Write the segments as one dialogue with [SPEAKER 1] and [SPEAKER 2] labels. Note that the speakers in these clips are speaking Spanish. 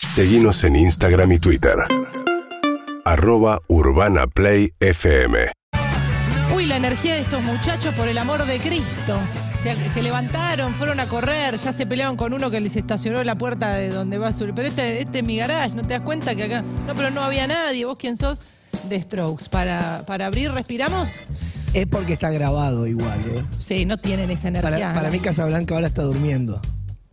[SPEAKER 1] Seguimos en Instagram y Twitter. Arroba Urbana Play FM.
[SPEAKER 2] Uy, la energía de estos muchachos, por el amor de Cristo. Se, se levantaron, fueron a correr, ya se pelearon con uno que les estacionó la puerta de donde va su. Pero este, este es mi garage, ¿no te das cuenta que acá.? No, pero no había nadie. ¿Vos quién sos? De Strokes. Para, para abrir, respiramos.
[SPEAKER 3] Es porque está grabado igual, ¿eh?
[SPEAKER 2] Sí, no tienen esa
[SPEAKER 3] Para,
[SPEAKER 2] energía.
[SPEAKER 3] para
[SPEAKER 2] ¿no?
[SPEAKER 3] mí Casablanca ahora está durmiendo.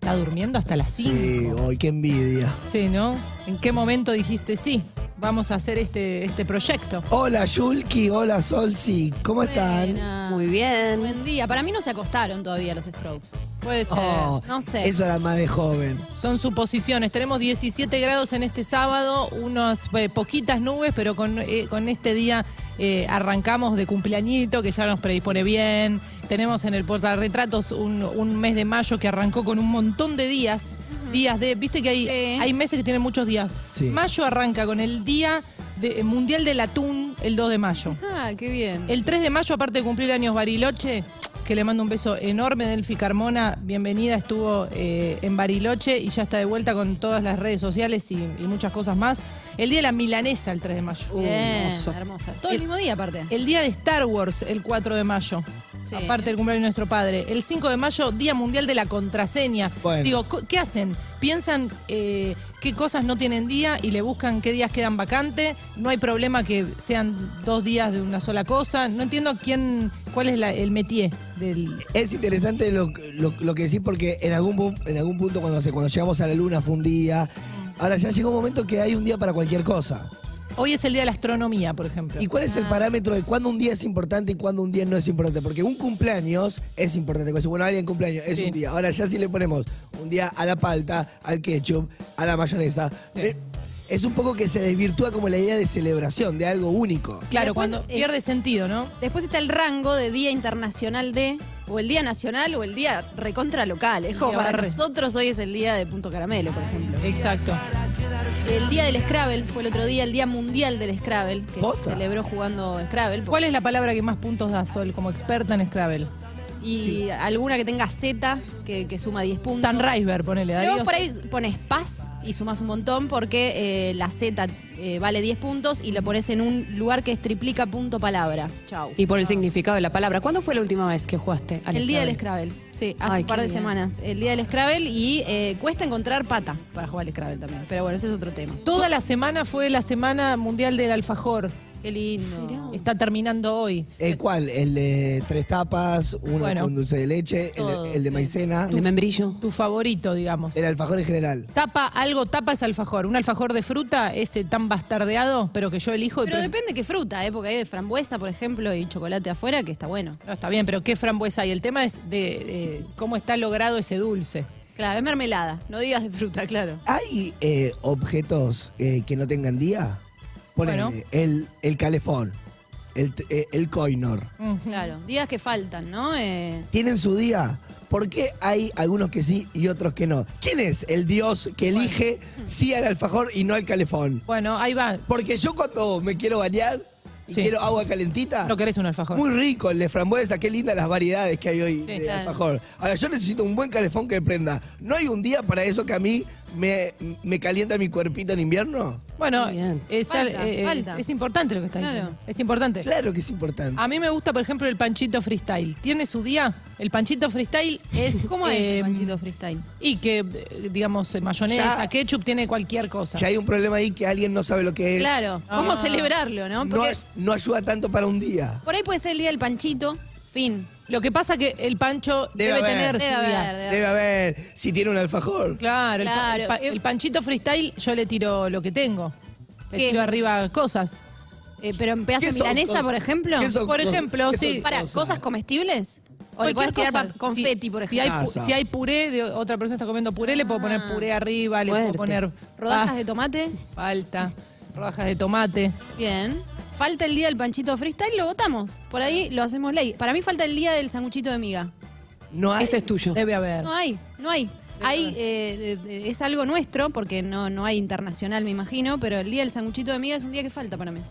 [SPEAKER 2] Está durmiendo hasta las 5.
[SPEAKER 3] Sí, hoy qué envidia.
[SPEAKER 2] Sí, ¿no? ¿En qué momento dijiste sí? Vamos a hacer este, este proyecto.
[SPEAKER 3] Hola Yulki, hola Solsi, ¿cómo están?
[SPEAKER 4] Buena.
[SPEAKER 5] Muy bien.
[SPEAKER 4] Buen día. Para mí no se acostaron todavía los Strokes.
[SPEAKER 2] Puede ser.
[SPEAKER 3] Oh,
[SPEAKER 4] no sé.
[SPEAKER 3] Eso era más de joven.
[SPEAKER 2] Son suposiciones. Tenemos 17 grados en este sábado, unas eh, poquitas nubes, pero con, eh, con este día eh, arrancamos de cumpleañito, que ya nos predispone bien. Tenemos en el portarretratos un, un mes de mayo que arrancó con un montón de días. Días de. Viste que hay,
[SPEAKER 4] Sí.
[SPEAKER 2] hay meses que tienen muchos días.
[SPEAKER 3] Sí.
[SPEAKER 2] Mayo arranca con el Día de- Mundial del Atún, el 2 de mayo.
[SPEAKER 4] Ah, qué bien.
[SPEAKER 2] El 3 de mayo, aparte de cumplir años Bariloche, que le mando un beso enorme, Delfi Carmona, bienvenida, estuvo eh, en Bariloche y ya está de vuelta con todas las redes sociales y, y muchas cosas más. El día de la milanesa, el 3 de mayo.
[SPEAKER 4] bien,
[SPEAKER 3] hermoso.
[SPEAKER 4] hermosa. Todo el,
[SPEAKER 2] El-
[SPEAKER 4] mismo día, aparte.
[SPEAKER 2] El día de Star Wars, el 4 de mayo.
[SPEAKER 4] Sí.
[SPEAKER 2] Aparte del cumpleaños de nuestro padre. El 5 de mayo, Día Mundial de la Contraseña.
[SPEAKER 3] Bueno.
[SPEAKER 2] Digo, co- ¿qué hacen? Piensan eh, qué cosas no tienen día y le buscan qué días quedan vacantes. No hay problema que sean dos días de una sola cosa. No entiendo quién, cuál es la- el métier del...
[SPEAKER 3] Es interesante lo, lo- lo que decís porque en algún, pu- en algún punto cuando, se- cuando llegamos a la luna fue un día.
[SPEAKER 4] Mm.
[SPEAKER 3] Ahora ya llegó un momento que hay un día para cualquier cosa.
[SPEAKER 2] Hoy es el Día de la Astronomía, por ejemplo.
[SPEAKER 3] ¿Y cuál es el parámetro de cuándo un día es importante y cuándo un día no es importante? Porque un cumpleaños es importante. Como si, Bueno, alguien cumpleaños es
[SPEAKER 2] Sí.
[SPEAKER 3] un día. Ahora ya si le ponemos un día a la palta, al ketchup, a la mayonesa,
[SPEAKER 2] Sí.
[SPEAKER 3] eh, es un poco que se desvirtúa como la idea de celebración, de algo único.
[SPEAKER 2] Claro,
[SPEAKER 4] Después,
[SPEAKER 2] cuando
[SPEAKER 4] eh,
[SPEAKER 2] pierde sentido, ¿no?
[SPEAKER 4] Después está el rango de Día Internacional de, o el Día Nacional, o el Día Recontra Local. Es como
[SPEAKER 2] Día
[SPEAKER 4] para
[SPEAKER 2] barre.
[SPEAKER 4] nosotros hoy es el Día de Punto Caramelo, por ejemplo.
[SPEAKER 2] Exacto.
[SPEAKER 4] El Día del Scrabble fue el otro día, el Día Mundial del Scrabble, que
[SPEAKER 3] ¿Posta?
[SPEAKER 4] se celebró jugando Scrabble.
[SPEAKER 2] ¿Cuál es la palabra que más puntos da Sol como experta en Scrabble?
[SPEAKER 4] Y alguna que tenga Z, que, que suma 10 puntos.
[SPEAKER 2] Tan Reisberg, ponele,
[SPEAKER 4] Pero
[SPEAKER 2] Darío.
[SPEAKER 4] vos por ahí pones paz y sumás un montón porque eh, la Z eh, vale 10 puntos y lo pones en un lugar que es triplica punto palabra. Chau.
[SPEAKER 5] Y por el significado de la palabra. ¿Cuándo fue la última vez que jugaste al
[SPEAKER 4] el día del
[SPEAKER 5] Scrabble?
[SPEAKER 4] Scrabble, sí, hace
[SPEAKER 5] Ay,
[SPEAKER 4] un par
[SPEAKER 5] qué
[SPEAKER 4] de
[SPEAKER 5] bien.
[SPEAKER 4] semanas. El día del Scrabble y eh, cuesta encontrar pata para jugar al Scrabble también. Pero bueno, ese es otro tema.
[SPEAKER 2] Toda la semana fue la semana mundial del alfajor.
[SPEAKER 4] Qué lindo.
[SPEAKER 2] Está terminando hoy.
[SPEAKER 3] Eh, ¿Cuál? ¿El de tres tapas, uno
[SPEAKER 2] Bueno.
[SPEAKER 3] con dulce de leche, el, de- el de maicena,
[SPEAKER 5] El de membrillo.
[SPEAKER 2] Tu favorito, digamos.
[SPEAKER 3] el alfajor en general?
[SPEAKER 2] Tapa, algo tapa es alfajor. Un alfajor de fruta, ese tan bastardeado, pero que yo elijo. y
[SPEAKER 4] Pero
[SPEAKER 2] pre-
[SPEAKER 4] depende qué fruta, ¿eh? porque hay de frambuesa, por ejemplo, y chocolate afuera, que está bueno.
[SPEAKER 2] No, está bien, pero qué frambuesa hay. El tema es de eh, cómo está logrado ese dulce.
[SPEAKER 4] Claro, es mermelada, no digas de fruta, claro.
[SPEAKER 3] ¿Hay eh, objetos eh, que no tengan día? Ponele,
[SPEAKER 2] Bueno.
[SPEAKER 3] el, el calefón, el, t- eh, el coinor.
[SPEAKER 5] Mm.
[SPEAKER 4] Claro, días que faltan, ¿no? Eh,
[SPEAKER 3] ¿Tienen su día? ¿Por qué hay algunos que sí y otros que no? ¿Quién es el dios que elige
[SPEAKER 4] Mm.
[SPEAKER 3] sí al alfajor y no al calefón?
[SPEAKER 2] Bueno, ahí va.
[SPEAKER 3] Porque yo cuando me quiero bañar y
[SPEAKER 2] Sí.
[SPEAKER 3] quiero agua calentita...
[SPEAKER 2] No querés un alfajor.
[SPEAKER 3] Muy rico el de frambuesa, qué lindas las variedades que hay hoy
[SPEAKER 2] Sí,
[SPEAKER 3] de
[SPEAKER 4] claro.
[SPEAKER 3] alfajor. Ahora, yo necesito un buen calefón que prenda. ¿No hay un día para eso que a mí me, me calienta mi cuerpito en invierno?
[SPEAKER 2] Bueno,
[SPEAKER 5] Muy bien.
[SPEAKER 2] es,
[SPEAKER 4] Falta,
[SPEAKER 2] eh, es-
[SPEAKER 4] falta.
[SPEAKER 2] es importante lo que está
[SPEAKER 4] Claro.
[SPEAKER 2] diciendo. Es importante.
[SPEAKER 3] Claro que es importante.
[SPEAKER 4] Ah,
[SPEAKER 2] A mí me gusta, por ejemplo, el panchito freestyle. ¿Tiene su día? El panchito freestyle es...
[SPEAKER 4] ¿Cómo es el
[SPEAKER 5] Em,
[SPEAKER 2] eh,
[SPEAKER 4] panchito freestyle?
[SPEAKER 2] Y que, eh, digamos, eh, mayonesa,
[SPEAKER 3] Ya-
[SPEAKER 2] ketchup, tiene cualquier cosa.
[SPEAKER 3] Que hay un problema ahí que alguien no sabe lo que es.
[SPEAKER 4] Claro, ¿cómo celebrarlo, no?
[SPEAKER 3] No,
[SPEAKER 4] Porque
[SPEAKER 3] ay- no ayuda tanto para un día.
[SPEAKER 4] por ahí puede ser el día del panchito, fin.
[SPEAKER 2] Lo que pasa que el pancho
[SPEAKER 3] Debe
[SPEAKER 2] debe,
[SPEAKER 3] haber.
[SPEAKER 2] tener
[SPEAKER 4] Debe
[SPEAKER 2] su día.
[SPEAKER 4] haber, debe
[SPEAKER 3] Debe haber, si tiene un alfajor.
[SPEAKER 2] Claro, el pa-
[SPEAKER 4] Claro.
[SPEAKER 2] El, pa- el panchito freestyle yo le tiro lo que tengo. Le
[SPEAKER 4] ¿Qué?
[SPEAKER 2] tiro arriba cosas.
[SPEAKER 4] Eh, pero en pedazo
[SPEAKER 3] ¿Qué
[SPEAKER 4] de
[SPEAKER 3] son
[SPEAKER 4] milanesa,
[SPEAKER 3] cosas?
[SPEAKER 4] por ejemplo.
[SPEAKER 3] ¿Qué son
[SPEAKER 2] Por
[SPEAKER 3] cosas?
[SPEAKER 2] ejemplo,
[SPEAKER 3] ¿Qué son
[SPEAKER 2] sí.
[SPEAKER 4] Para, ¿cosas comestibles? O le podés
[SPEAKER 2] Cualquier
[SPEAKER 4] tirar
[SPEAKER 2] cosa.
[SPEAKER 4] pa- confeti,
[SPEAKER 2] Si-
[SPEAKER 4] por
[SPEAKER 2] si hay,
[SPEAKER 4] ejemplo. Ah.
[SPEAKER 2] pu-
[SPEAKER 3] Casa.
[SPEAKER 2] si hay puré de otra persona está comiendo puré, le puedo poner puré arriba, le
[SPEAKER 5] Fuerte.
[SPEAKER 2] puedo poner
[SPEAKER 4] Rodajas
[SPEAKER 2] ah,
[SPEAKER 4] de tomate,
[SPEAKER 2] palta, rodajas de tomate.
[SPEAKER 4] bien. Falta el día del panchito freestyle, lo votamos. Por ahí lo hacemos ley. Para mí falta el día del sanguchito de miga.
[SPEAKER 3] No hay.
[SPEAKER 5] Ese es tuyo.
[SPEAKER 2] Debe haber.
[SPEAKER 4] No hay, no hay. Hay, eh, eh, es algo nuestro, porque no, no hay internacional, me imagino, pero el día del sanguchito de miga es un día que falta para mí.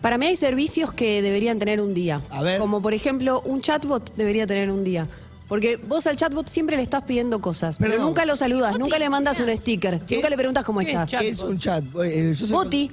[SPEAKER 5] Para mí hay servicios que deberían tener un día.
[SPEAKER 3] A ver.
[SPEAKER 5] Como por ejemplo, un chatbot debería tener un día. Porque vos al chatbot siempre le estás pidiendo cosas, pero
[SPEAKER 3] Perdón.
[SPEAKER 5] nunca lo saludas, nunca le mandas un sticker,
[SPEAKER 3] ¿Qué?
[SPEAKER 5] nunca le preguntas cómo
[SPEAKER 2] ¿Qué
[SPEAKER 5] está.
[SPEAKER 2] chat?
[SPEAKER 3] Es un chat. eh, yo soy-
[SPEAKER 5] Boti.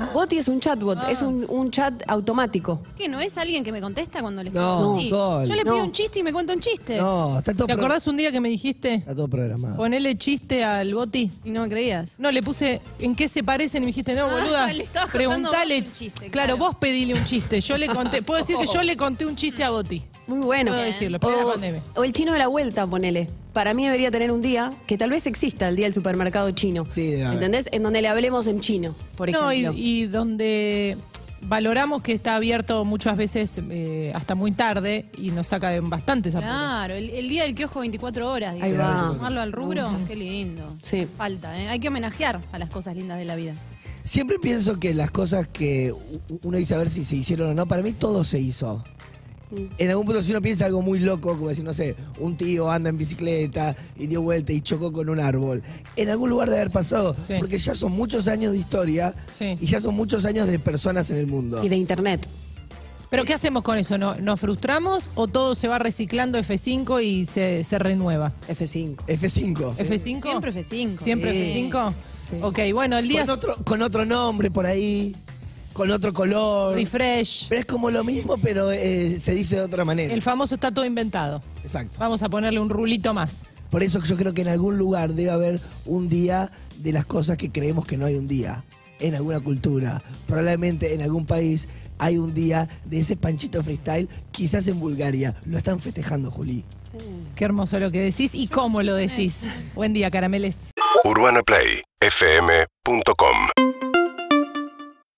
[SPEAKER 3] Ah.
[SPEAKER 5] Boti es un chatbot, es un, un chat automático.
[SPEAKER 4] ¿Qué? ¿No es alguien que me contesta cuando le
[SPEAKER 3] No,
[SPEAKER 4] escribo? Sí.
[SPEAKER 3] Sol.
[SPEAKER 4] Yo le pido
[SPEAKER 5] No.
[SPEAKER 4] un chiste y me cuenta un chiste.
[SPEAKER 3] No, está todo,
[SPEAKER 2] ¿Te
[SPEAKER 3] pro-
[SPEAKER 2] acordás un día que me dijiste?
[SPEAKER 3] está todo programado.
[SPEAKER 2] Ponele chiste al boti.
[SPEAKER 4] Y no me creías.
[SPEAKER 2] No, le puse en qué se parecen y me dijiste, no,
[SPEAKER 4] Ah,
[SPEAKER 2] boluda.
[SPEAKER 4] le estabas contando
[SPEAKER 2] preguntale.
[SPEAKER 4] vos un chiste,
[SPEAKER 2] claro.
[SPEAKER 4] claro.
[SPEAKER 2] vos pedile un chiste. Yo le conté. Puedo decir que yo le conté un chiste a Boti.
[SPEAKER 5] Muy bueno.
[SPEAKER 2] Puedo decirlo, pero la pandemia.
[SPEAKER 5] o el chino de la vuelta, ponele. Para mí debería tener un día que tal vez exista el día del supermercado chino.
[SPEAKER 3] Sí, debe haber.
[SPEAKER 5] ¿Entendés? En donde le hablemos en chino, por
[SPEAKER 2] No, y,
[SPEAKER 5] ejemplo.
[SPEAKER 2] y donde valoramos que está abierto muchas veces eh, hasta muy tarde y nos saca de bastantes apuros.
[SPEAKER 4] Claro, el, el día del kiosco 24 horas.
[SPEAKER 5] Ahí
[SPEAKER 4] digamos.
[SPEAKER 5] va.
[SPEAKER 4] Sumarlo al rubro, qué lindo.
[SPEAKER 5] Sí.
[SPEAKER 4] Falta, ¿eh? Hay que homenajear a las cosas lindas de la vida.
[SPEAKER 3] Siempre pienso que las cosas que u- uno dice a ver si se hicieron o no, para mí todo se hizo. En algún punto si uno piensa algo muy loco, como decir, no sé, un tío anda en bicicleta y dio vuelta y chocó con un árbol. En algún lugar de haber pasado,
[SPEAKER 2] Sí.
[SPEAKER 3] porque ya son muchos años de historia
[SPEAKER 2] Sí.
[SPEAKER 3] y ya son muchos años de personas en el mundo.
[SPEAKER 5] Y de internet.
[SPEAKER 2] Pero ¿qué hacemos con eso? ¿No, ¿Nos frustramos o todo se va reciclando F5 y se, se renueva?
[SPEAKER 5] F5.
[SPEAKER 3] F5.
[SPEAKER 2] ¿F5?
[SPEAKER 4] Siempre F5.
[SPEAKER 2] ¿Siempre
[SPEAKER 5] Sí.
[SPEAKER 2] F5?
[SPEAKER 5] Sí.
[SPEAKER 2] Ok, bueno, el día
[SPEAKER 3] Con Pues otro, con otro nombre por ahí, con otro color.
[SPEAKER 2] refresh.
[SPEAKER 3] Pero es como lo mismo, pero eh, se dice de otra manera.
[SPEAKER 2] El famoso está todo inventado.
[SPEAKER 3] Exacto.
[SPEAKER 2] Vamos a ponerle un rulito más.
[SPEAKER 3] Por eso yo creo que en algún lugar debe haber un día de las cosas que creemos que no hay un día. En alguna cultura, probablemente en algún país hay un día de ese panchito freestyle, quizás en Bulgaria. Lo están festejando, Juli.
[SPEAKER 2] Qué hermoso lo que decís y cómo lo decís. Buen día, carameles.
[SPEAKER 1] UrbanaPlayFM.com